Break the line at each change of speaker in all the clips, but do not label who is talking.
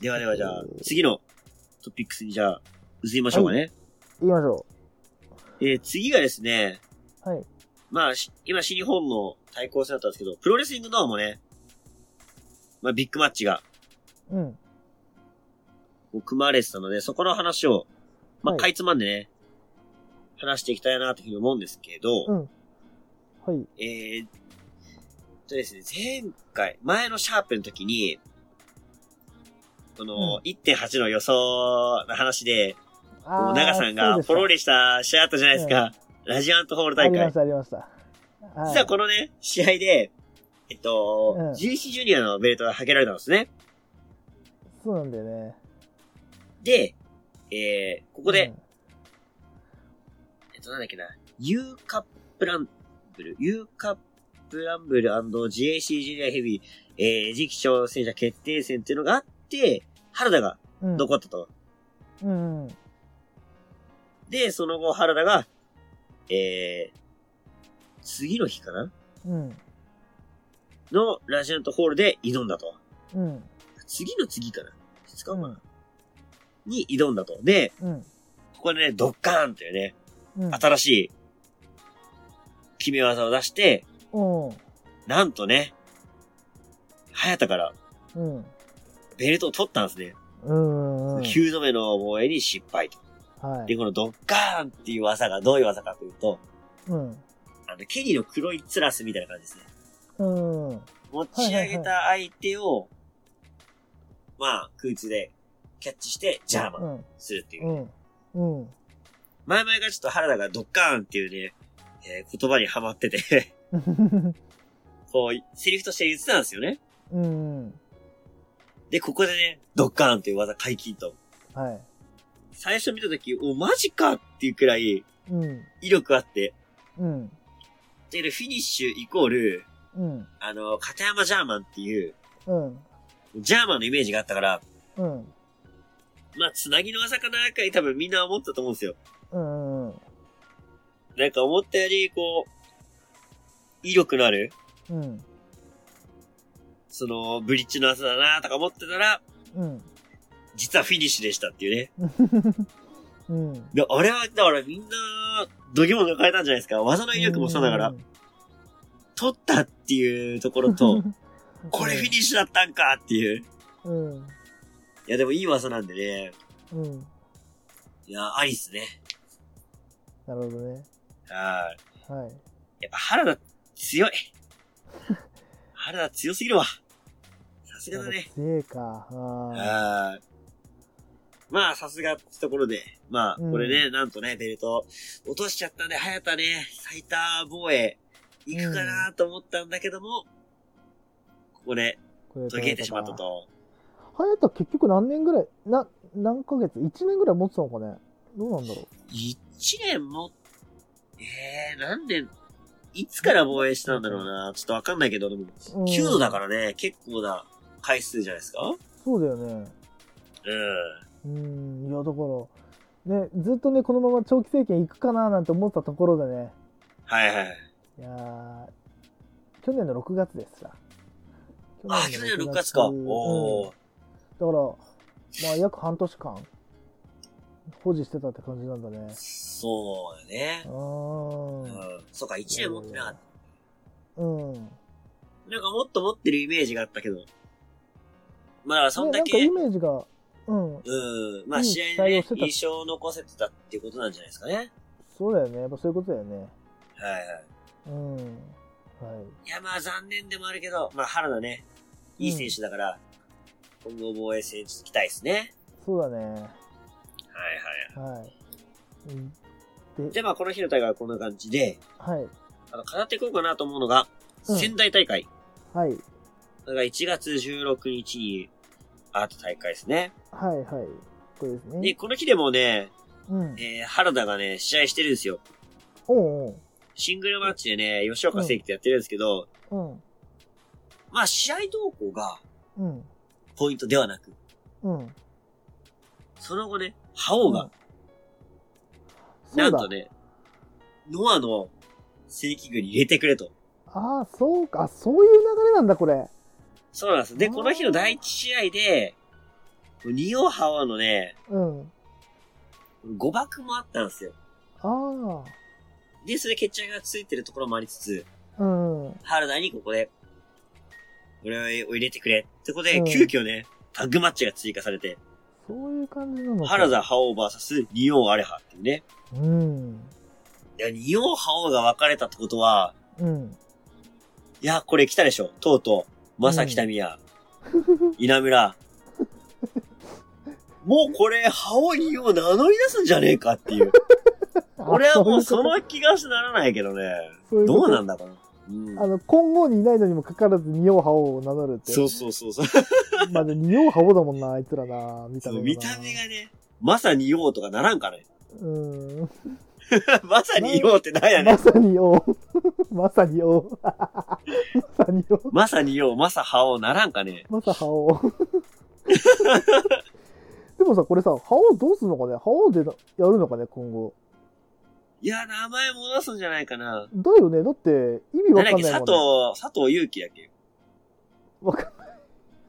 ではではじゃあ、次のトピックスにじゃあ、移りましょうかね。
言いましょ
えー、次がですね、
う。はい。
まあ、し今、新日本の対抗戦だったんですけど、プロレスリングノアもね、まあ、ビッグマッチが
うん。
こう組まれてたので、そこの話を、まあ、
はい
かいつまんでね、話していきたいなというふうに思うんですけど、
うんはい。
えー、とですね、前回、前のシャープの時に、この、1.8の予想の話で、こう長さんがポロリした試合あったじゃないですか。ラジアントホール
大
大
会。あ
会
りまし。た、ありました。
実はこのね、試合で、えっと、
うん
ジューシージュニアのベルトが履けられたんですね。
そうなんだよね。
で、えー、ここで、
うん
えっと、なんだっけな、U カップランブル、U カップランブル &JC ジュニアヘビー、えー、次期挑戦者決定戦っていうのがあって、原田が
うん
残ったと。
うん。うん。
で、その後原田が、えー、次の日かな
うん。
のラジアントホールで挑んだと。
うん。
次の次かな二日後かなに挑んだと。で、
うん。
ここでね、ドッカーンというね、
うん。
新しい決め技を出して、
うん。
なんとね、早田から
うん。
ベルトを取ったんですね。
うん。うん。
9度目の防衛に失敗と。
は
で、
い。
このドッカーンっていう技がどういう技かというと、
うん。
あの、ケニーの黒いツラスみたいな感じですね。
うん。
持ち上げた相手を、まあ、空中でキャッチしてジャーマン
うん。
するっていう
う。ん。うん。
前々がちょっと原田がドッカーンっていうね、えー言葉にハマってて、 こう、セリフとして言ってたんですよね。
うん。
で、ここでね、ドッカーンっていう技解禁と。
はい。
最初見たとき、お、マジかっていうくらい
うん。
威力あって。
うん。
で、フィニッシュイコール、
うん。
あの、片山ジャーマンっていう、
うん。
ジャーマンのイメージがあったから、
うん。
まあ、つなぎの技かなーかい多分みんな思ったと思うんですよ。
うん。うん。
なんか思ったより、こう、威力のある、
うん。
その、ブリッジの技だなーとか思ってたら、
うん。
実はフィニッシュでしたっていうね。
うん。
で、あれは、だからみんな、度肝抜かれたんじゃないですか。技の威力もそうだから、。取ったっていうところ と、これフィニッシュだったんかっていう。
うん。
いや、でもいい技なんでね。
うん。
いや、ありっすね。
なるほどね。
はい。
はい。
やっぱ原田強い。原田強すぎるわ。さすがだね。
強いか。あ
はい。まあ、さすがってところで。まあ、これね、なんとね、ベルト、落としちゃったんで、早田ね、最多防衛、行くかなと思ったんだけども、ここで、途切れてしまった。と。
早田結局何年ぐらい、な、何ヶ月 ?1 年ぐらい持ってたのかねどうなんだろ
一年も、ええー、何年、いつから防衛したんだろうな。ちょっとわかんないけど、でも、
う。うん
9度だからね、結構な回数じゃないですかうん。
そうだよね。うん、いや、だから、ね、ずっとね、このまま長期政権行くかななんて思ってたところでね、
はいはい。
いやー去年の6月ですさ。
あ、去年の6月か。
うん
おー。
だから、まあ、約半年間、保持してたって感じなんだね。
そうだね
う。
う
ーん。
ん。そうか、1年持ってなかっ
うん。
た。なんかもっと持ってるイメージがあったけど。まあ、だからそんだ
ねなんか
け
イ、メージが、うん。
うん。まあ、
うん
試合で
期待を
ね
し、てた
印象を残せてたっていうことなんじゃないですかね。
そうだよね。やっぱそういうことだよね。
はいはい。
うん。はい。
いや、まあ残念でもあるけど、まあ原田ね、いい選手だから、今後防衛戦続きたいですね。
そうだね。
はいは
はい。うん
い。で、まあこの日の大会はこんな感じで、
はい。
あの、語っていこうかなと思うのが、
うん
仙台大会。
はい。
これが1月16日にあった大会ですね。
はいはい。これです
で、
ね。
この日でもね、
うん。
えー原田がね、試合してるんですよ。
おう
シングルマッチでね、吉岡聖輝とやってるんですけど、
おう。
まあ試合動向が
うん。
ポイントではなく、
うん。うん。
その後ね、覇王が、
そ
な
うん
と
だ。
ね、ノアの正規軍に入れてくれと。
ああ、そうか。あそういう流れなんだ、これ。
そうなんです。で、この日の第一試合で、二王ハワのね、
うん。
誤爆もあったんですよ。
あ
で、それ決着がついてるところもありつつ、
あ。うん。
原田にここで、俺を入れてくれ。ってことで、
うん
急遽ね、タッグマッチが追加されて、
そういう感じなのか。
原田ハオーバーサス二王アレハっていうね。
うん。
いや、二王ハオが分かれたってことは、
うん。
いや、これ来たでしょ。とうとう、まさきたみや、稲 村。もうこれ、ハオ二王名乗り出すんじゃねえかって いう。俺はもうその気がしならないけどね。
そういうこ
ど
と
うなんだかな。うん
あの、今後にいないのにもかかわらず、仁王覇王を名乗るって。
そうそうそうそう。
まあ、でも仁王覇王だもんな、あいつらな、見た目がな。
見た目がね、まさに王とかならんかね。
うん。
まさに王ってなんやね
ま
ん。
さに王。 まさに王。まさに王。
まさに王、まさ覇王ならんかね。
まさ 覇王。でもさ、これさ、覇王どうすんのかね覇王でやるのかね今後。
いや、名前戻すんじゃないかな。
だよねだって、意味
な
わ
んだ
か
っけ、
んない
佐
もん、
藤
ね。、
佐藤祐樹だっけ
わかんない。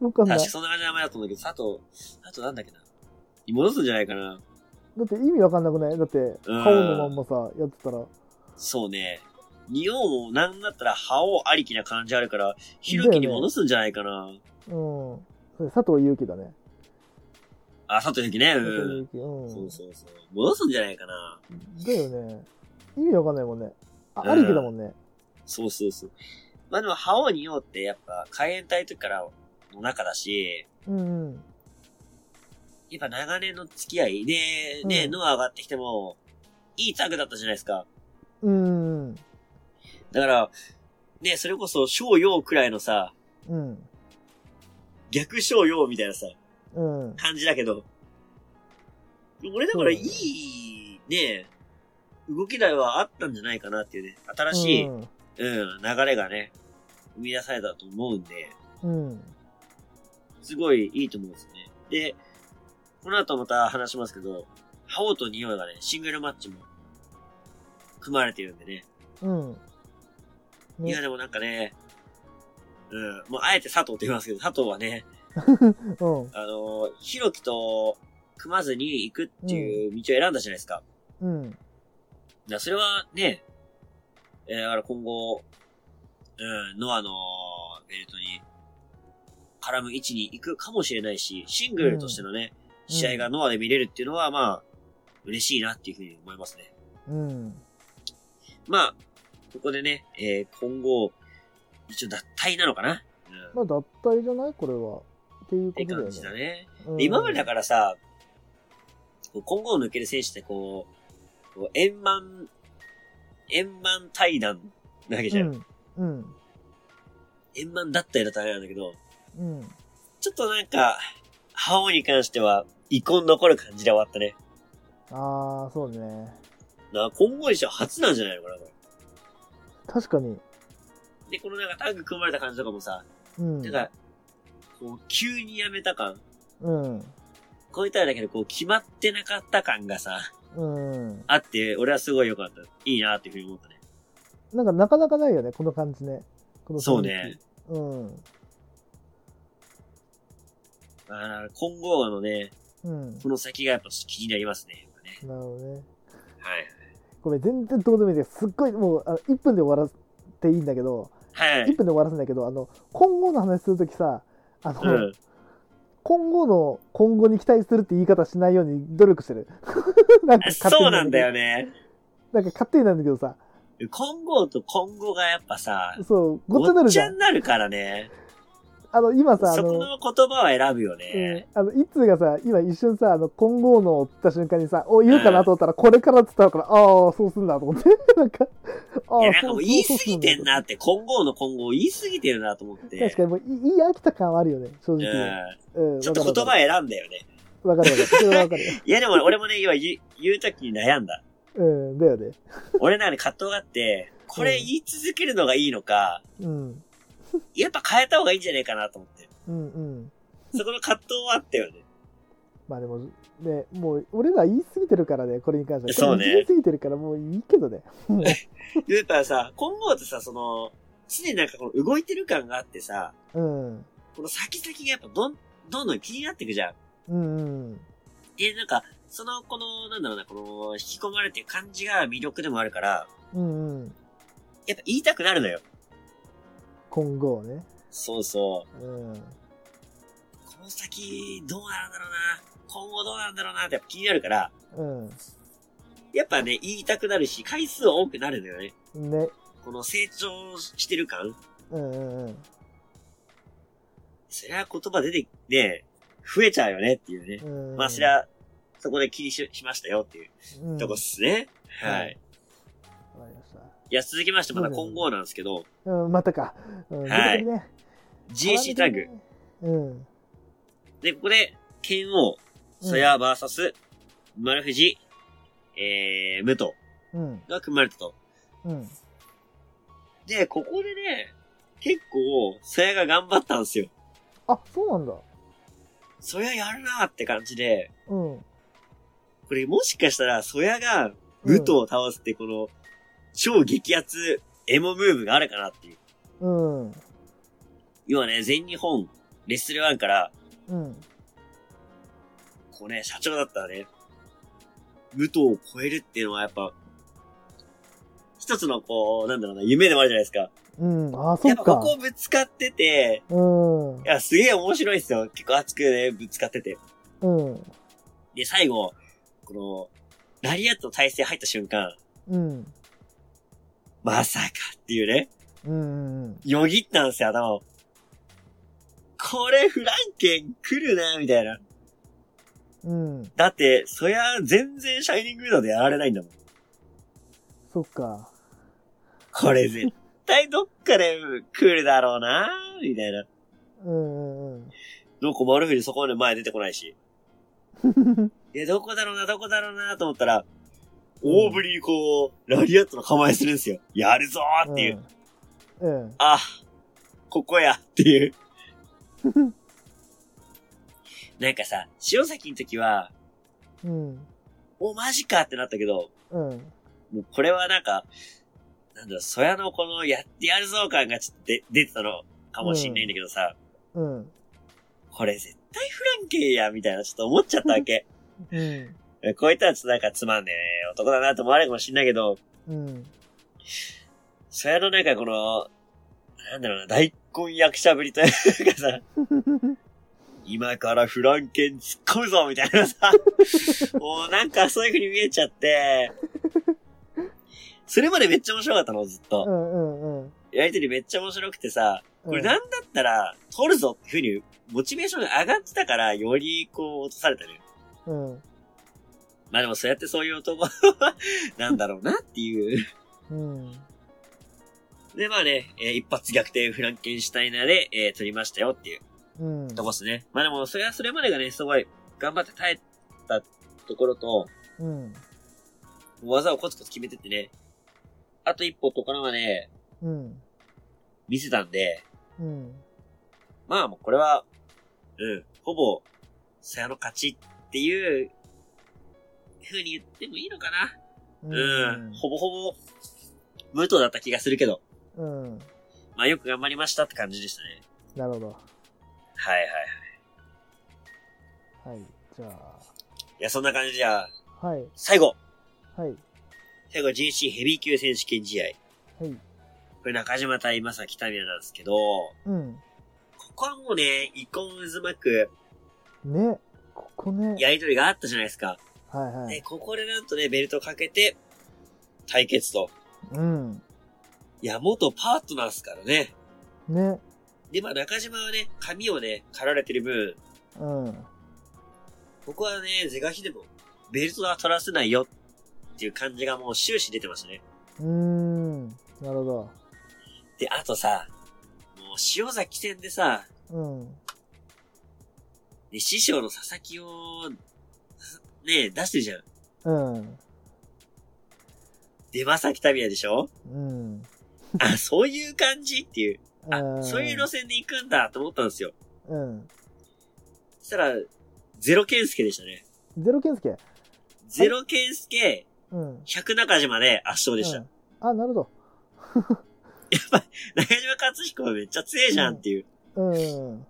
わかんない
確か。そんな感じの名前だと思うんだけど、佐藤、あとなんだっけな。戻すんじゃないかな。
だって意味わかんなくないだって、覇王のまんまさ、やってたら。
そうね。二王もなんだったら覇王ありきな感じあるから、ひろきに戻すんじゃないかな。
うん。それ佐藤祐樹だね。
あ、佐藤祐樹ね。う
佐藤
ん。
祐樹。うん。
そうそうそう。戻すんじゃないかな。
だよね。意味わかんないもんね。あ、
うん
ありきだもんね。
そうそうそう。まあでも、覇王に王ってやっぱ、海援隊の時からの中だし、
うんうん。
やっぱ長年の付き合いで、ね、
うん
ノア上がってきても、いいタッグだったじゃないですか。
うんうん。
だから、ね、それこそ、小陽くらいのさ、
うん。
逆小陽みたいなさ、
うん。
感じだけど、俺だからい
そうだ
い、ね、動き台はあったんじゃないかなっていうね、新しい、
う
うん、
ん
流れがね、生み出されたと思うんで、
うん。
すごいいいと思うんですよね。で、この後また話しますけど、ハオとニオイがね、シングルマッチも、組まれてるんでね。
うん。
い
ね
や、でもなんかね、うん、もうあえて佐藤って言いますけど、佐藤はね、
うん。
あのー、ヒロキと組まずに行くっていう道を選んだじゃないですか。
うん。
だからそれはね、えーだから今後、うん、ノアのベルトに絡む位置に行くかもしれないし、シングルとしてのね、
うん
試合がノアで見れるっていうのは、まあ、嬉しいなっていうふうに思いますね。
うん。
まあ、ここでね、えー今後、一応脱退なのかな、うん、
まあ、脱退じゃないこれは。っていう
っ
こ
て
とだよ
感
ね
じだ。ね。
うん
で今までだからさ、こう今後を抜ける選手ってこう、こう円満、円満対談なわけじゃん。
うん。
円満だったよだとあれなんだけど、
うん。うん。
ちょっとなんか、覇王に関しては、遺恨残る感じで終わったね。
ああ、そうね。
なあ今後にしては初なんじゃないのかな、これ。
確かに。
で、このなんかタッグ組まれた感じとかもさ、
うん。
なんか、こう、急に辞めた感
うん。
こう言ったらだけど、こう、決まってなかった感がさ、
うん。
あって、俺はすごい良かった。いいなっていうふうに思ったね。
なんか、なかなかないよね。この感じね。この
そうね。
雰囲気。うん。
あー今後のね、
うん。
この先がやっぱ気になりますね。やっぱね
なるほどね。
は
ごめん、全然どうでもいいんだけど、すっごい、もう、あの1分で終わらせていいんだけど、
い。は
1
い。
分で終わらせんだけど、あの、今後の話するときさ、あの、
うん。
今後の、今後に期待するって言い方しないように努力してる。 なんか勝手
そうなんだよ
ね。
ね。
なんか勝手になんだけどさ、
今後と今後がやっぱさ、
そう、ごっちゃにな
ご
る
っち
じ
ゃ
ゃ
に
ん。
なるからね。
あの、今さ、あ
そこ
の、
の言葉は選ぶよ
うん
ね。、
あの、いつがさ、今一瞬さ、あの、今後のって言った瞬間にさ、お、言うかなと思ったら、これからって言ったから、ああ、そうすんだと思って、 なんか、あ
いや、な
あ、
んか
そ
もう
う
言い過ぎてん。
そうそう
なって、今後の今後を言い過ぎてるなと思って。
そう確かに、もう、い言い飽きた感はあるよね、正直。
う
うん
ん。ちょっと言葉選んだよね。
わかるわかる。それはわかるよ。
いや、でも俺もね、今言う言うときに悩んだ。
うん、だよね。
俺なんかね葛藤があって、これ言い続けるのがいいのか、
うん。
やっぱ変えた方がいいんじゃねえかなと思って。
うんうん。
そこの葛藤はあったよね。
まあでも、ね、もう、俺ら言い過ぎてるからね、これに関しては。
そうね
言い過ぎてるから、もういいけどね。
でやっぱさ、今後ってさ、その、常になんかこの動いてる感があってさ、
うん。
この先々がやっぱどん、どんどん気になってくじゃん。
うんうん。
で、なんか、その、この、なんだろうな、この、引き込まれてる感じが魅力でもあるから、
うんうん。
やっぱ言いたくなるのよ。
今後をね。
そうそう。
うん。
この先、どうなるんだろうな。今後どうなんだろうなってやっぱ気になるから、やっぱね、言いたくなるし、回数は多くなるのよね。
うん。ね。
この成長してる感。
うんうんうん。
そりゃ言葉出て、ね、増えちゃうよねっていうね。
うん
まあそりゃ、そこで気にししましたよっていう
うん
とこっすね。
うん
はい。
わかりました。
いや、続きましてまた今後なんですけど、
うん、またか。うん、
はい
出てくるね。
GC タグ。。
うん。
で、ここで、剣王、ソヤバーサス、丸藤、えー、武藤
うん。
が組まれたと。
うん。
で、ここでね、結構、ソヤが頑張ったんですよ。
あ、そうなんだ。
ソヤやるなーって感じで、
うん。
これもしかしたら、ソヤが武藤を倒すって、この、超激アツエモムーブがあるかなっていう。
うん。
要はね、全日本、レッスルワンから、
うん。
こうね、社長だったらね、武藤を超えるっていうのはやっぱ、一つのこう、なんだろうな、夢でもあるじゃないですか。
うん。あ、そ
やっ
っ
ぱこ
か。
こぶつかってて、
うん。
いや、すげえ面白いですよ。結構熱くね、ぶつかってて。
うん。
で、最後、この、ラリアットの体勢入った瞬間、
うん。
まさかっていうね、
うん。うん。
よぎったんですよ、頭を。これ、フランケン来るな、みたいな。
うん。
だって、そりゃ、全然シャイニングウードでやられないんだもん。
そっか。
これ絶対どっかで来るだろうな、みたいな。
うん。うん。
なんか丸藤そこまで前出てこない し。
うん。
いや、どこだろうな、どこだろうな、と思ったら、大振りにこう、ラリアットの構えするんですよ。やるぞーっていう。
うん。
あ、ここやって いう。なんかさ、潮崎の時は、
うん。
お、マジかってなったけど、
うん。
もうこれはなんか、なんだろう、そやのこのやってやるぞ感がちょっとで出てたのかもしんないんだけどさ、
うん。
これ絶対フランケンや、みたいなちょっと思っちゃったわけ。
うん。
こういったらちょっとなんかつまんねえ男だなと思われるかもしんないけど、
うん。
そやのなんかこの、なんだろうな、大根役者ぶりというかさ、今からフランケン突っ込むぞみたいなさ、もうなんかそういう風に見えちゃって、それまでめっちゃ面白かったの、ずっ
う
と。
んうんうん。
やりとりめっちゃ面白くてさ、これなんんだったら、取るぞっていう風に、モチベーションが上がってたから、よりこう、落とされたね。
うん。
まあでもそうやってそういう男なんだろうなっていう。
うん。
で、まあね、えー一発逆転フランケンシュタイナーで、えー取りましたよっていう
うん。
とこっすね。まあでも、それはそれまでがね、すごい頑張って耐えたところと、
うん。
技をコツコツ決めてってね、あと一歩ところまで
うん。
見せたんで、
うん。
まあもうこれは、うん、ほぼ、さやの勝ちっていう、ふうに言ってもいいのかな。うん、ほぼほぼ、無藤だった気がするけど、
うん。
まあよく頑張りましたって感じでしたね。
なるほど。
はいはいはい。
はい。じゃ
いや、そんな感じじゃあ、
あ、はい。
最後
はい。
最後 GC ヘビー級選手権試合。
はい。
これ中島対今さ北宮なんですけど、
うん。
ここはもうね、遺恨渦巻く
ね。ここね。
やりとりがあったじゃないですか。
はいは
で、
い。
ここでなんとね、ベルトかけて、対決と。
うん。
いや、元パートナーですからね。
ね。
で、まあ中島はね、髪をね、刈られてる分、
うん。
ここはね、是が非でも、ベルトは取らせないよっていう感じがもう終始出てましたね。
うん。なるほ
で、あとさ、もう塩崎戦でさ、
ど。うん。
ね師匠の佐々木を、ね、出してるじゃん。
うん。
出まさきたみやでし ょ
うん。
あ、そういう感じっていう。あ、
ん
そういう路線で行くんだと思ったんですよ。
うん。
そしたら、ゼロケンスケでしたね。
ゼロ健介。
ゼロケンスケ、
うん。
100中島で圧勝でした。
うん。あ、なるほ
中島克彦めっちゃ強いじゃんっていう。
ど。うん。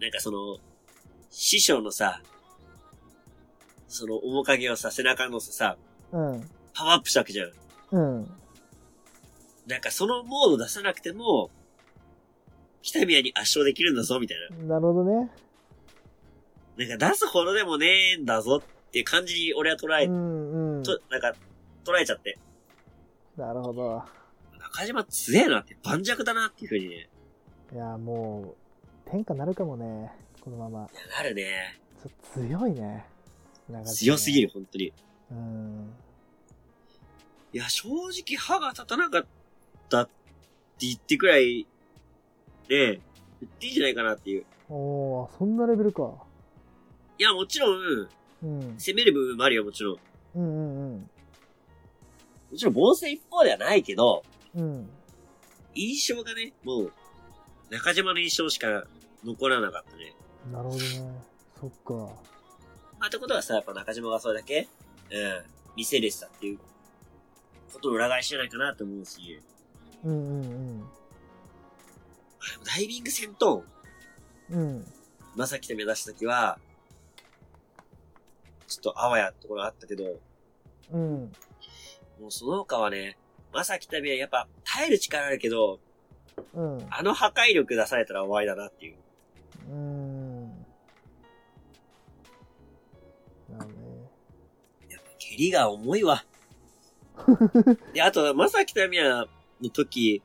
なんかその、師匠のさ、その面影をさ、背中のさ、
うん。
パワーアップしたわけじゃん。
うん。
なんかそのモード出さなくても、北宮に圧勝できるんだぞ、みたい
なるほどね。
な。なんか出すほどでもねえんだぞっていう感じに俺は捉え、
うんうん。
と、なんか、捉えちゃって。
なるほど。
中島強えなって、盤石だなっていうふうにね、
いや、もう、天下なるかもね。このまま。
なるね。
ちょっと強いね。長島
強すぎ。る、本当に。
うん。
いや、正直歯が立たなかったって言ってくらい、ね、言っていいんじゃないかなっていう。
おー、そんなレベルか。
いや、もちろん、
うん。
攻める部分もあるよ、もちろん。
うんうんうん。
もちろん防戦一方ではないけど、
うん。
印象がね、もう、中島の印象しか残らなかったね。
なるほどね。そっか。
まあ、ってことはさ、やっぱ中島がそれだけ、うん、見せれてたっていう、ことの裏返しじゃないかなと思うし、
うんうん
まあでもダイビング戦闘、
うん。うん。
まさきと目指したときは、ちょっとあわやってところあったけど、
うん。
もうその他はね、まさきたびはやっぱ耐える力あるけど、
うん。
あの破壊力出されたら終わりだなっていう。
うん。なる
やっぱ蹴りが重い わ。で、あと、まさきたびはの時、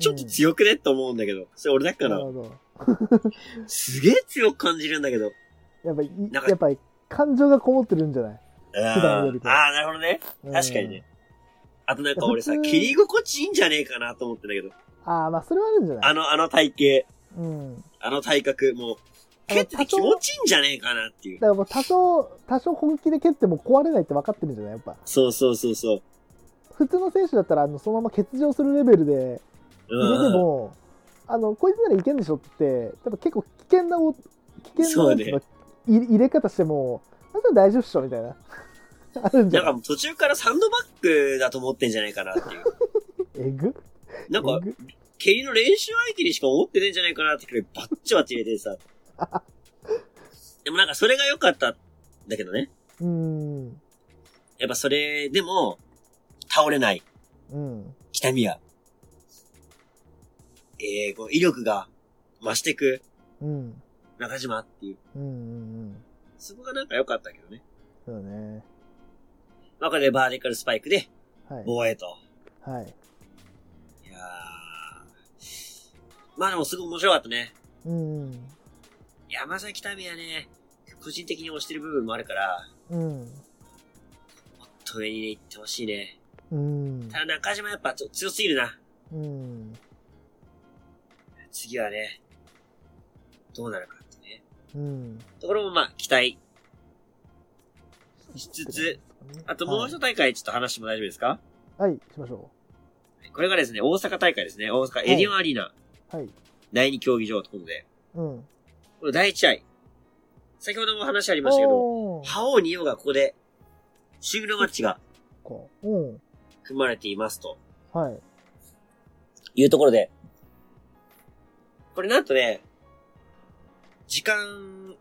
ちょっと強くねって思うんだけど、それ俺だ
ほどね。
か
なる
ら、
ほど。
すげえ強く感じるんだけど。
やっぱり
なん、か
やっぱり、感情がこもってるんじゃない
あ
段より
ー
か
あー、なるほどね。
うん
確かにね。あとなんか俺さ、
普通
蹴り心地いいんじゃねえかなと思ってんだけど、
ああ、まあ、それはあるんじゃな
あ
い
の、あの体
うん。だ
型、あの体格、もう、
あの
蹴ってて気持ちいいんじゃねえかなっていう
か。らもう多少、多少本気で蹴っても壊れないって分かってるんじゃないやっぱ。
そうそうそうそう。
普通の選手だったら、あの、そのまま欠場するレベルで、
うん
入れても、あの、こいつならいけんでしょって、多分結構危険なお、危険
そ
な
う
や
ね
つのい入れ方しても、あんた大丈夫っしょみたいな。あるんじ
な
ゃ
んか
ない
もう途中からサンドバッグだと思ってんじゃないかなっていう。
えぐ
なんか
え、ぐ
蹴りの練習相手にしか思ってねえんじゃないかなってくらいバッチバチ入れてさ。でもなんかそれが良かったんだけどね。
うーん。
やっぱそれでも、倒れない、
うん。
北宮。えー、こう威力が増してく、
うん。
中島っていう。
うん。うん。うん。
そこがなんか良かったけどね。
そうだね。
まあこれでバーディカルスパイクで、
はい。
防衛と。
はい。
いやー。まあでもすごい面白かったね。
うん。
山崎民はね、個人的に推してる部分もあるから、
うん。
ト上にね、行ってほしいね。
うん
た。だ中島やっぱちょ強すぎるな。
うん。
次はね、どうなるかってね。
うん。
ところもまあ、期待。しつつ、あともう一大会ちょっと話しても大丈夫ですか、
はい。はい、しましょ
これがですね、大阪大会ですね。大阪エディオンアリーナ、
う。はい。
第2競技場ということで。
うん。
これ第1試合。先ほども話ありましたけど、
おー
覇王に王がここで、シングルマッチが
こう。うん。
組まれていますと。
はい。
いうところで、これなんとね、時間、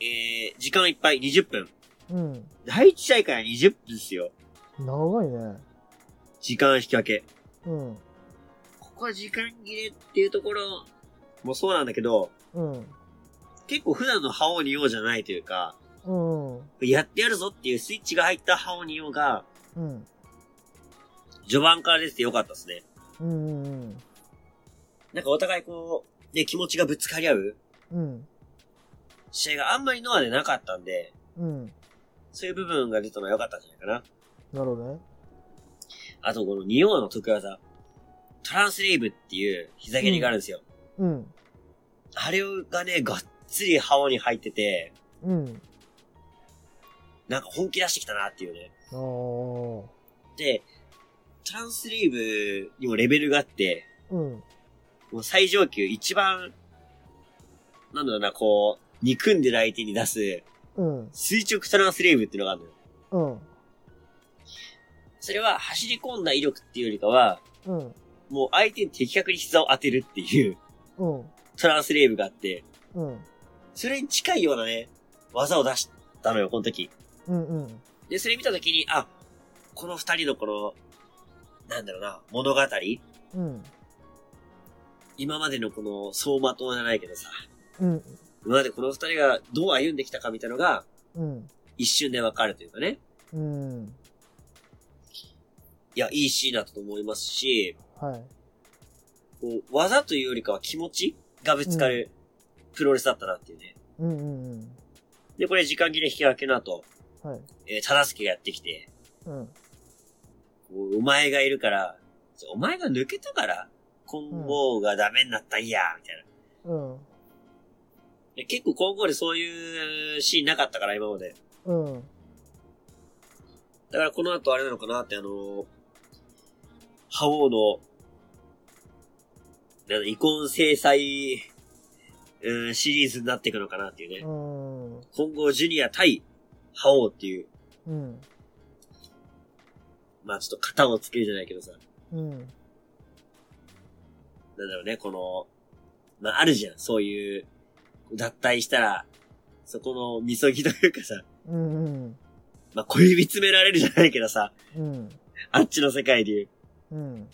えー、時間いっぱい20分。
うん。
第1試合から20分ですよ。
長いね。
時間引き分け。
うん。
ここは時間切れっていうところもそうなんだけど、
うん。に
結構普段の覇王に王じゃないというか、
うん。
やってやるぞっていうスイッチが入った覇王に王が、
うん。
序盤から出てよかったですね。
うん。うん。
なんかお互いこう、ね、気持ちがぶつかり合う
うん。
試合があんまりノアでなかったんで、
うん。
そういう部分が出たのは良かったんじゃないかな。
なるほどね。
あとこの仁王の得技。トランスレイブっていう膝蹴りがあるんですよ。
うん。
あれがね、がっつりハオに入ってて、
うん。
なんか本気出してきたなっていうね。
あー
で、トランスレイブにもレベルがあって、
うん。
もう最上級一番、なんだろうな、こう、憎んでる相手に出す
うん。
垂直トランスレイブっていうのがあるのよ。
うん。
それは走り込んだ威力っていうよりかは、
うん。
もう相手に的確に膝を当てるっていう
うん。
トランスレイブがあって、
うん。
それに近いようなね、技を出したのよ、この時。
うんうん。
で、それ見た時に、あ、この二人のこの、なんだろうな、物語
うん。
今までのこの、相馬灯じゃないけどさ、
うん。
今までこの二人がどう歩んできたかみたいのが、
うん。
一瞬でわかるというかね。
うん。
いや、いいシーンだったと思いますし、
はい。
こう、技というよりかは気持ちがぶつかるプロレスだったなっていうね。
うんうんうん。
で、これ時間切れ引き分けの後、
はい。
えー、忠介がやってきて、
うん。
こうお前がいるから、お前が抜けたから、今後がダメになったんや、みたいな。
うん。
で結構今後でそういうシーンなかったから、今まで。
うん。
だからこの後あれなのかなって、あのー、覇王の、なんだ遺恨制裁、うん、シリーズになっていくのかなっていうね。
うん。
今後ジュニア対覇王っていう、
うん。
まあちょっと型をつけるじゃないけどさ、
うん。
なんだろうね、この、まああるじゃん、そういう、脱退したら、そこのみそぎというかさ、
うん。うん。
まあ小指詰められるじゃないけどさ、
うん。
あっちの世界でいう。
うん。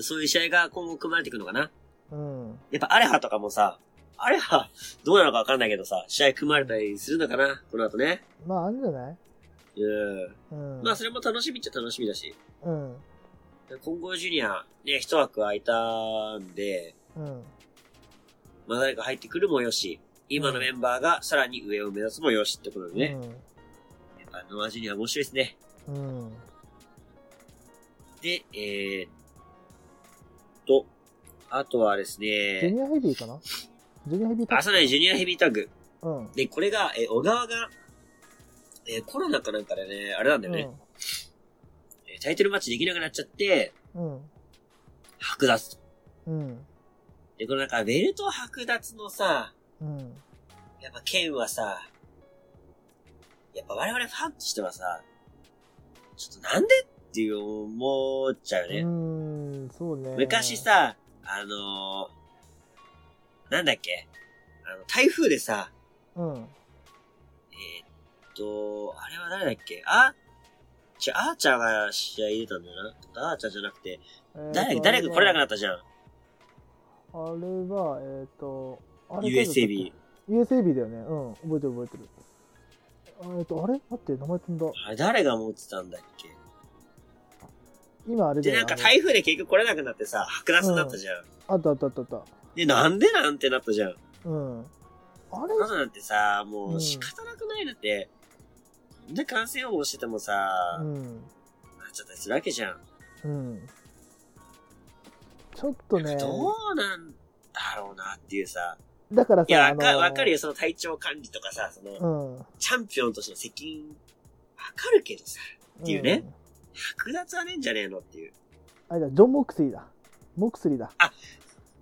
そういう試合が今後組まれていくのかな
うん。
やっぱアレハとかもさ、アレハ、どうなのかわかんないけどさ、試合組まれたりするのかなこの後ね。
まあ、あるんじゃない
うん。
うん。
まあそれも楽しみっちゃ楽しみだし。
うん。
今後ジュニア、ね、一枠空いたんで、
うん。
まあ、誰か入ってくるもよし、今のメンバーがさらに上を目指すもよしってことでね。やっぱノアジュニア面白いですね。
うん。うん。
で、えー、と、あとはです
ジュ
ね、
ニアヘビーかなジュニアヘビー
朝内ジュニアヘビータッグ。
うん。
で、これが、えー小川が、えーコロナかなんかでね、あれなんだよね、えータイトルマッチできなくなっちゃって、
うん。
剥奪と。
うん。
で、このなんか、ベルト剥奪のさ、
うん。
やっぱ剣はさ、やっぱ我々ファンとしてはさ、ちょっとなんでっていう思っちゃうね。
うん。そうね。
昔、さ、あのーなんだっけあの、台風でさ、
う
え
ん。
ーっと、あれは誰だっけあちあーちゃんが試合出たんだよな。あーちゃんじゃなくて、誰、誰が来れなくなったじゃん。
あれは、えっと、あれ
USAB。
USAB だよね。うん。覚えてる覚えてる。えっと、あれ待って、名前飛んだ。
あれ誰が持ってたんだっけ
今あれだ
で、
よ
なんか台風で結局来れなくなってさ、剥奪になったじゃん。
あったあったあったあっ
で、なんでなんてなったじゃん。
た。うん。あれ
コロナなんてさ、も
う
うん仕方なくないだって、で、感染予防しててもさ、
うん。
なっちゃったりするわけじゃん。
うん。ちょっとね、
どうなんだろうなっていうさ。
だからさ、
いや、わか
あの
わかるよ、。その体調管理とかさ、その、
うん。っ
チャンピオンとしての責任、わかるけどさ、ていうね。剥奪はねえんじゃねえのっていう。
あれだ、ジョン・モックスリーだ。モックスリーだ。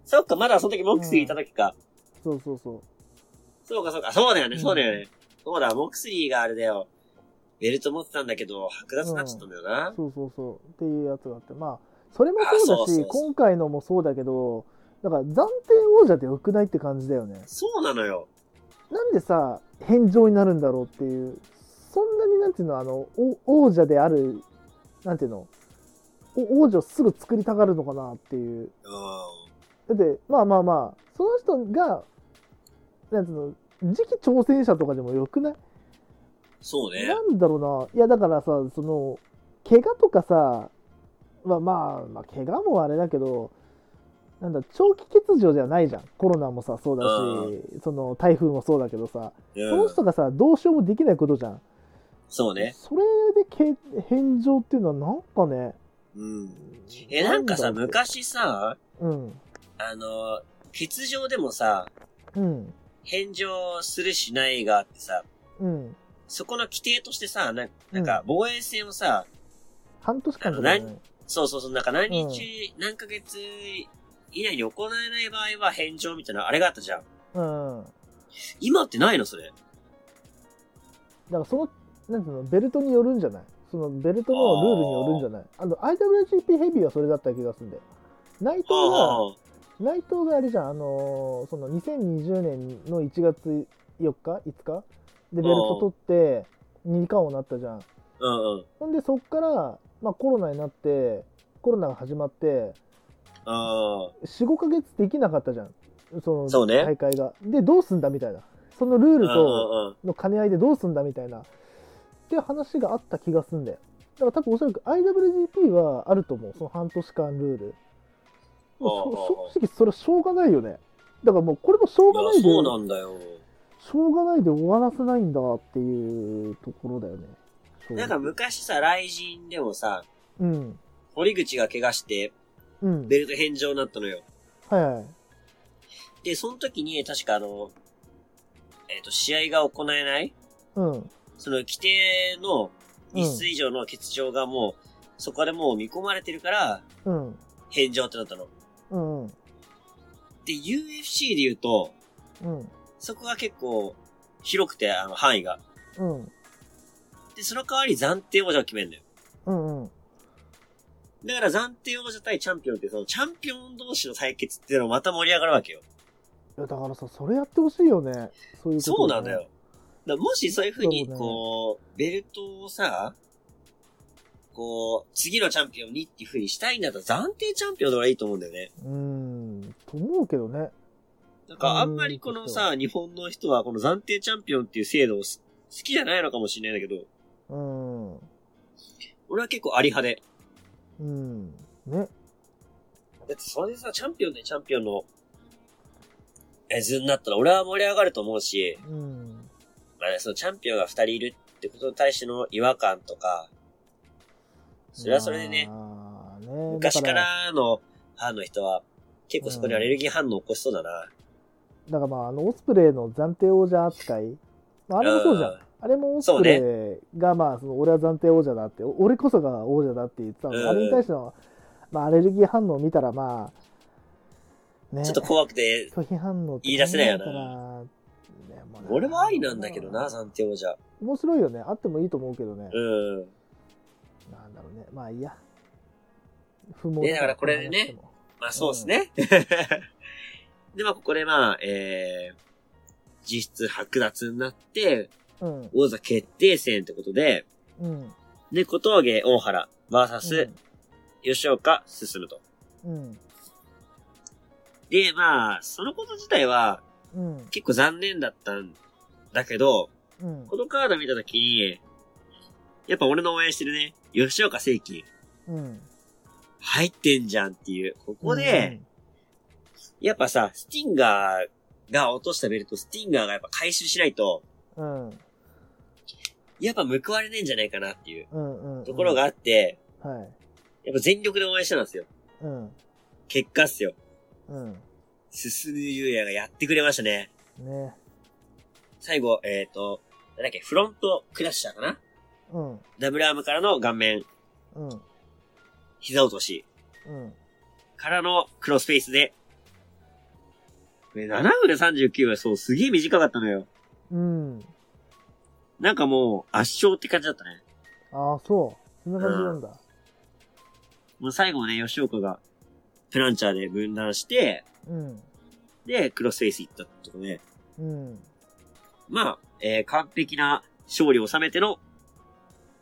そっか、まだその時モックスリーいた時か。
そうそうそう。
そうか、そうか、そうだよ
う
ね、
ん
そうだよね。そうだ、モックスリーがあれだよ。ベルト持ってたんだけど、剥奪になっちゃったんだよな。
そうそうそう。っていうやつがあって、まあ、それもそう
あそう
だ
そう
し、
そう
今回のもそうだけど、だから暫定王者でよくないって感じだよね。
そうなのよ。
なんでさ、返上になるんだろうっていう、そんなになんていうの、あの、お王者である、なんていうの、お王女すぐ作りたがるのかなっていう。
うん。
だって、まあまあまあ、その人が、なんていうの、次期挑戦者とかでもよくない
そうね。
なんだろうな。いや、だからさ、その、怪我とかさ、まあまあ、まあ、怪我もあれだけど、なんだ、長期欠場じゃないじゃん。コロナもさ、そうだし、その、台風もそうだけどさ、その
うん
人がさ、どうしようもできないことじゃん。
そうね。
それでけ返上っていうのは、なんかね、
うん。え、なんかさ、
だろうって
昔さ、
うん、
あの、欠場でもさ、
うん、
返上するしないがあってさ、
うん。
そこの規定としてさ、ななんか防衛戦をさ、
半年間とかね。
そうそうそう、なんか何日、何ヶ月以内に行えない場合は返上みたいな、あれがあったじゃん。
うん。だ
今ってないのそれ。
からその、なんていうの、ベルトによるんじゃないそのベルトのルールによるんじゃないあの、IWGP ヘビーはそれだった気がするんだよ。内藤が、
はあ、
内藤があれじゃん、あのーその2020年の1月4日、5日でベルト取って、2冠王になったじゃん。
うんうん。
ほんで、そっから、まあ、コロナになって、コロナが始まって、
あ
4、5ヶ月できなかったじゃん、そ
そう
の
ね
大会が。で、どうすんだみたいな、そのルール
あ。うん
と
うんうん。
の兼ね合いでどうすんだみたいな、って話があった気がすんだよ。だから多分おそらく IWGP はあると思う、その半年間ルール。
ああああ
もうし正直それはしょうがないよね。だからもうこれもしょうがないい
や、
で、
そうなんだよ。
しょうがないで終わらせないんだっていうところだよね。正直
なんか昔さ、雷神でもさ、
うん。
堀口が怪我して、
うん。
ベルト返上になったのよ。
はいはい。
で、その時に、確かあの、えっ、と、試合が行えない
うん。
その規定の日数以上の欠場がもう、そこでもう見込まれてるから、
うん。
返上ってなったの。
うん。うん。
で、UFC で言うと、
うん。
そこが結構広くて、あの、範囲が。
うん。
で、その代わり暫定王者を決めるのよ。
うん。うん。
だから暫定王者対チャンピオンって、そのチャンピオン同士の対決っていうのもまた盛り上がるわけよ。
いやだからさ、それやってほしいよね。そういうこと、
そうなんだよ。。だからもしそういう風に、
そうね
こう、ベルトをさ、こう、次のチャンピオンにっていう風にしたいんだったら暫定チャンピオンの方がいいと思うんだよね。
うーん。と思うけどね。
なんかあんまりこのさ、日本の人はこの暫定チャンピオンっていう制度をす好きじゃないのかもしれないんだけど、
うん。
俺は結構あり派で。
うん。ね。
だってそれでさ、チャンピオンでチャンピオンの、え、図になったら俺は盛り上がると思うし、
うん。
まあね、そのチャンピオンが二人いるってことに対しての違和感とか、それはそれでね、
まあね
昔か。らのファンの人は、結構そこにアレルギー反応を起こしそうだな。
だからまあ、あの、オスプレイの暫定王者扱い。まあ、あれもそうじゃ
うん
ん。あれもオスプレイが、まあ、その俺は暫定王者だって、お俺こそが王者だって言ってたの。
うん
あれに対しての、まあ、アレルギー反応を見たら、まあ、ね、
ちょっと怖くて、
拒否反応って
言い出せないよな
考えたらねまあね
俺もありなんだけどな、暫定王者。
面白いよね。あってもいいと思うけどね。
うん。
なんだろうね。まあ、いいや。不毛
ねだからこれでね
この話も
まあそうですね。 で、まあここでまあ、えー、実質剥奪になって、
うん。
王座決定戦ってことで、
うん。
で、小峠大原、バーサス、吉岡進むと。
うん。
で、まあ、そのこと自体は
うん。
結構残念だったんだけど、
うん。
このカード見たときに、やっぱ俺の応援してるね、吉岡聖輝、
うん。
入ってんじゃんっていう。ここで、やっぱさ、スティンガーが落としたベルト、スティンガーがやっぱ回収しないと、
うん、うん。
やっぱ報われねえんじゃないかなっていう
うん。うん。うん。
ところがあって、
はい。
やっぱ全力で応援してたんですよ。
うん。
結果っすよ。
うん。
進むゆうやがやってくれましたね。
ね。
最後、えっ、ー、と、なんだっけ、フロントクラッシャーかな
うん。うん。
ダブルアームからの顔面、
うん。
膝落とし、からのクロスフェイスで、これ7分で39秒、そう、すげえ短かったのよ。
うん。
なんかもう、圧勝って感じだったね。
ああ、そう。そんな感じなんだ。
もう最後ね、吉岡が、プランチャーで分断して、
うん。
で、クロスフェイス行ったってことね。
うん。
まあ、えー完璧な勝利を収めての、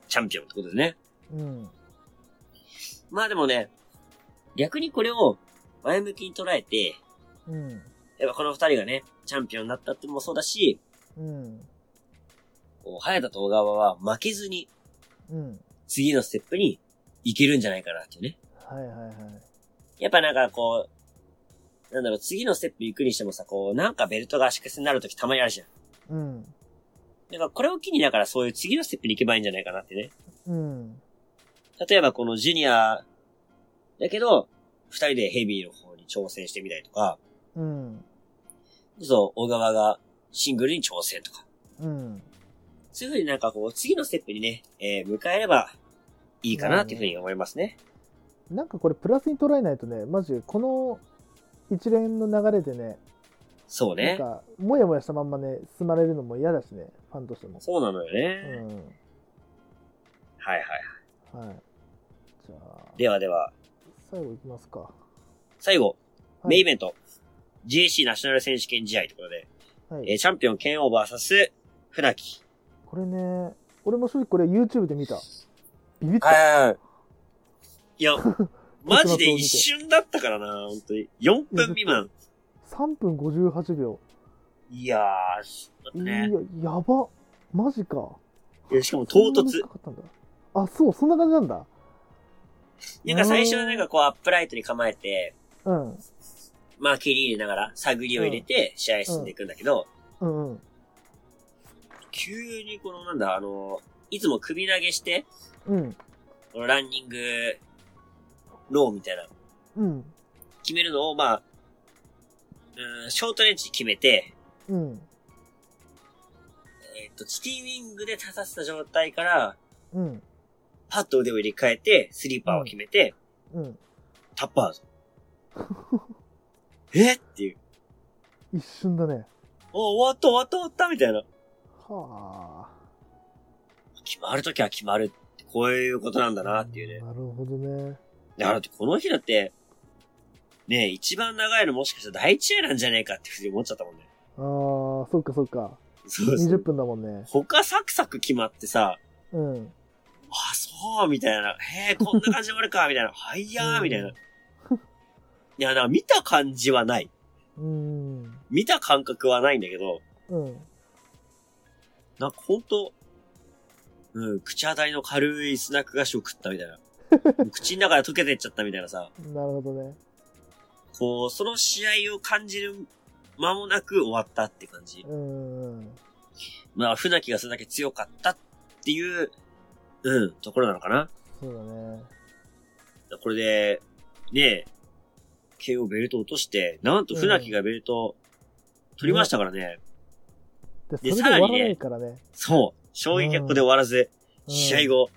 チャンピオンってことですね。
うん。
まあでもね、逆にこれを前向きに捉えて、
うん。
やっぱこの二人がね、チャンピオンになったってのもそうだし、
うん。
こう早田と小川は負けずに、
うん。
次のステップに行けるんじゃないかなっていうね。
はいはいはい。
やっぱなんかこう、なんだろう、次のステップ行くにしてもさ、こう、なんかベルトが足かせになるときたまにあるじゃん。
うん。
だからこれを機にだからそういう次のステップに行けばいいんじゃないかなってね。
うん。
例えばこのジュニアだけど、二人でヘビーの方に挑戦してみたりとか、
うん。
そう、小川がシングルに挑戦とか。
うん。
そういうふうになんかこう、次のステップにね、えー、迎えればいいかなっていうふうに思いますね。
なんかこれプラスに捉えないとね、マジこの一連の流れでね、
そう
なん
ね。
かもやもやしたまんまね、進まれるのも嫌だしね、ファンとしても。
そうなのよ
う
ね。
ん。
はいはい。
はい。じゃあ、
ではでは、
最後いきますか。
最後、
はい
メインイベント、GAC ナショナル選手権試合ということで、
はい
えーチャンピオン、ケンオーバーサス、船木。
これね、俺も正直これ YouTube で見た。ビビった。
はい。い や、マジで一
結
瞬だったからな、本当に。4分未満。
3分58秒。
いやー、すごかった
い
ね
や、やば。マジか。
いやしかも唐突
そんな短かったんだ。あ、そう、そんな感じなんだ。
なんか最初はなんかこうアップライトに構えて、
うん。
まあ切り入れながら探りを入れて試合進んでいくんだけど、
うんうん。
急にこのなんだ、あの、いつも首投げして、
うん。
このランニング、ローみたいな、
うん。
決めるのをまあ、うん、ショートレンジ決めて、
うん。
えっ、と、チキンウィングで立たせた状態から、
うん。
パッと腕を入れ替えて、スリーパーを決めて、
うん。
タッパーズ。えっていう。
一瞬だね。
お、終わった終わった終わったみたいな。
はあ。
決まるときは決まるって、こういうことなんだなっていうね。
なるほどね。
だからだってこの日だって、ねえ、一番長いのもしかしたら第一試合なんじゃねえかって普通に思っちゃったもんね。
あー、そっかそっか。
そうそ
20
う。
分だもんね。
他サクサク決まってさ、
うん。
あ、そうみたいな。へえ、こんな感じで終わるかみたいな。 はいやーみたいな。
う
いや、だから見た感じはない。
うん。
見た感覚はないんだけど、
うん。
なんかほんと、うん、口当たりの軽いスナック菓子を食ったみたいな。口の中で溶けてっちゃったみたいなさ、
なるほどね。
こう、その試合を感じる間もなく終わったって感じ。
うん。
まあ、船木がそれだけ強かったっていう、うん、ところなのかな。
そうだね。
これで、ねえ、KO ベルト落として、なんと船木がベルト取りましたからね。
で、そ
で
れで
さら
終
に
わ
ね
らないからね。
そう、衝撃はここで終わらず、
うん
試合。後、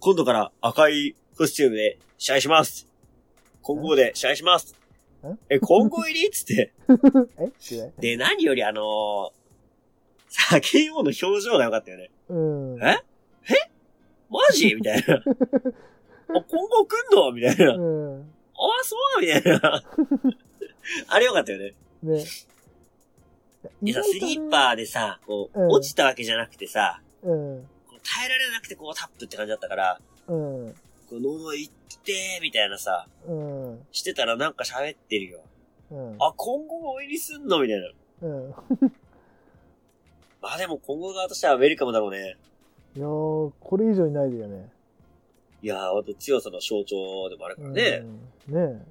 今度から赤いコスチュームで試合します。混合で試合します
え。
え、混合入りっつって。
えって
で、何よりあのー、さあ、KO の表情が良かったよね。
うん。
えマジみたいな。あ、 混合来んのみたいな。あ、
うん。
そうみたいな。あれ良かったよね。
ね。
いやさ、スリーパ
ー。
ーでさ、こう
う、ん
落ちたわけじゃなくてさ、
うん。
こう耐えられなくてこうタップって感じだったから、
うん。
こう、喉いって、みたいなさ、
うん。
してたらなんか喋ってるよ。
うん。
あ、今後も入りすんのみたいな。
うん。
まあでも今後側としてはウェルカムだろうね。
いやー、これ以上にないでよね。
いやー、ほんと強さの象徴でもあるか
う
ら
ん
ね。
ね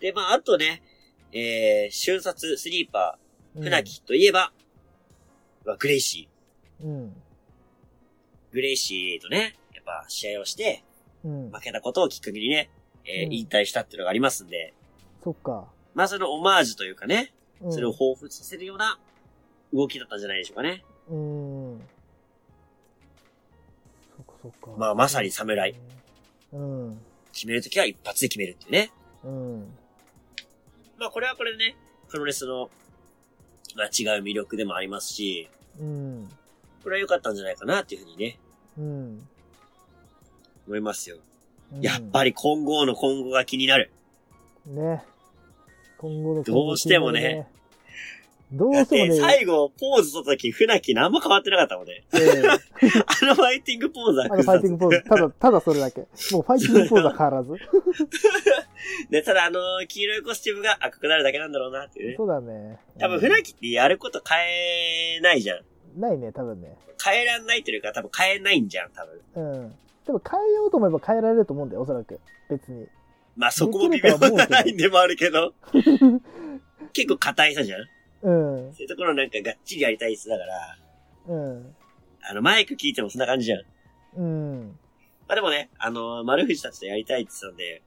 で、まああとね、えー、瞬殺スリーパ
え。
ー、船木といえば、まあグレイシ
うん。
ー。グレイシーとね、やっぱ試合をして、
うん。うん
負。けたことをきっかけにね、えー
うん
引退したっていうのがありますんで、
そっか。
まあそのオマージュというかね、
うん
それを彷彿させるような動きだったんじゃないでしょうかね。
うん。そっかそっか。
まあまさに侍。
うん。
決めるときは一発で決めるっていうね。
うん。
まあこれはこれでね、プロレスの、まあ違う魅力でもありますし、
うん。
これは良かったんじゃないかなっていうふうにね、
うん。
思いますよ。
うん
やっぱり今後の今後が気になる。
ね。今後の
どうしてもね。
どう
だっ
して
て
もね。
最後ポーズ取った時、船木何も変わってなかったも んね。
ええ
あのファイティングポーズは
あのファイティングポーズ、ただ、ただそれだけ。もうファイティングポーズは変わらず。
で、ただあのー黄色いコスチュームが赤くなるだけなんだろうなっていうね。
そうだね。
多分船木ってやること変えないじゃん。
ないね、多分ね。
変えらんないというか多分変えないんじゃん、多分。
うん。でも変えようと思えば変えられると思うんだよ、おそらく。別に。
まあそこも微妙なラインでもあるけ ど。結構硬いさじゃん
うん。
そういうところなんかがっちりやりたいっすだから、
うん。
あのマイク聞いてもそんな感じじゃん。
うん。だ
まあでもね、あのー丸藤たちとやりたいって言ってたんで、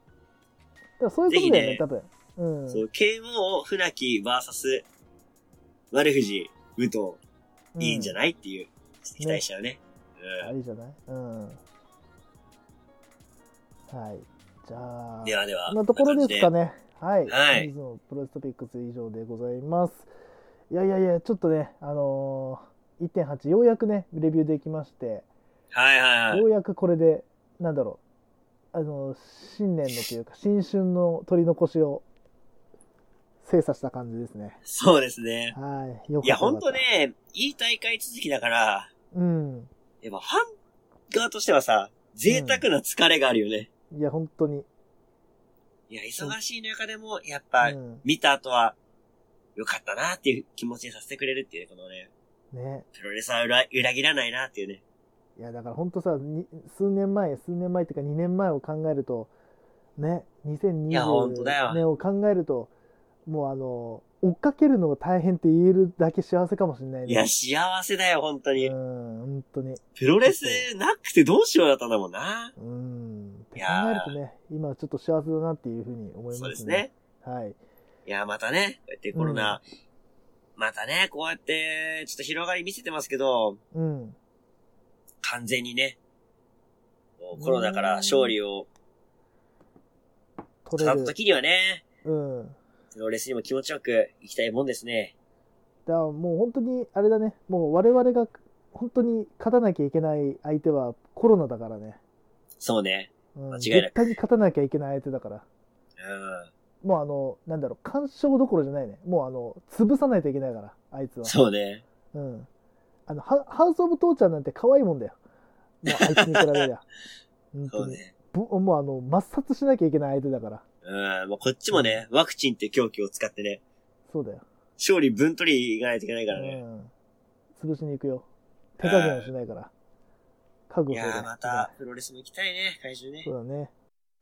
からそういうことだよね、
ぜ
多分。うん。
そう、KO 船木 VS 丸藤武藤
うん
いいんじゃないっていう、期待しちゃうね。
ありじゃないうん。はい。じゃ
う
あ
ん。、ではでは。
こんなところですか
ね。
ね。はい。
はい
本日のプロレストピックス以上でございます。いやいやいや、ちょっとね、あのー1.8、ようやくね、レビューできまして、
はいはい
よ
は
うやくこれで、なんだろう、あのー新年のというか、新春の取り残しを精査した感じですね。
そうですね。
はい。よかった。
いや、ほんと
よ
ね、いい大会続きだから、
かった。うん。
やっぱファン側としてはさ、贅沢な疲れがあるよね。
いや、本当に。
いや、忙しい中でも、やっぱ
う、ん、
見た後は、良かったなっていう気持ちにさせてくれるっていうね、このね、
ね。
プロレスは裏裏切らないなっていうね。
いや、だから本当さ、に数年前、数年前っていうか2年前を考えると、ね、
いやほんとだよ
2020年を考えると、もうあの、追っかけるのが大変って言えるだけ幸せかもしれない
いや、幸せだよ、本当
うん、
に。
本当に。
プロレスなくてどうしようだったんだもんな。
うん。って
い
考
やー
えるとね、今はちょっと幸せだなっていうふうに思いますね。
そうですね。
はい。
いや、またね、こうやってコロナ、またね、こうやって、ちょっと広がり見せてますけど、
うん。
完全にね、もうコロナから勝利を
取れ
掴む
る。
時にはね、
うん。
プロレスにも気持ちよく行きたいもんですね。
だからもう本当に、あれだね、もう我々が本当に勝たなきゃいけない相手はコロナだからね。
そうね。
う
間違
ん
いなく
絶対に勝たなきゃいけない相手だから。
う
もうあの、なんだろう、干渉どころじゃないね。もうあの、潰さないといけないから、あいつは
ん。。そうね。
うん。あの、ハハウス・オブ・父ちゃんなんて可愛いもんだよ。もうあいつに比べ りゃ。本
そ
当
う
に。
ね。
ぶもうあの、抹殺しなきゃいけない相手だから。
うん。もうこっちもね、ワクチンって狂気を使ってね、
そうだよ。
勝利分取りに行かないといけないからね。
うん。潰しに行くよ。手加減はしないから。覚悟
いやー、
で
また、プロレスも行きたいね、会場ね
そ。うだね。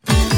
は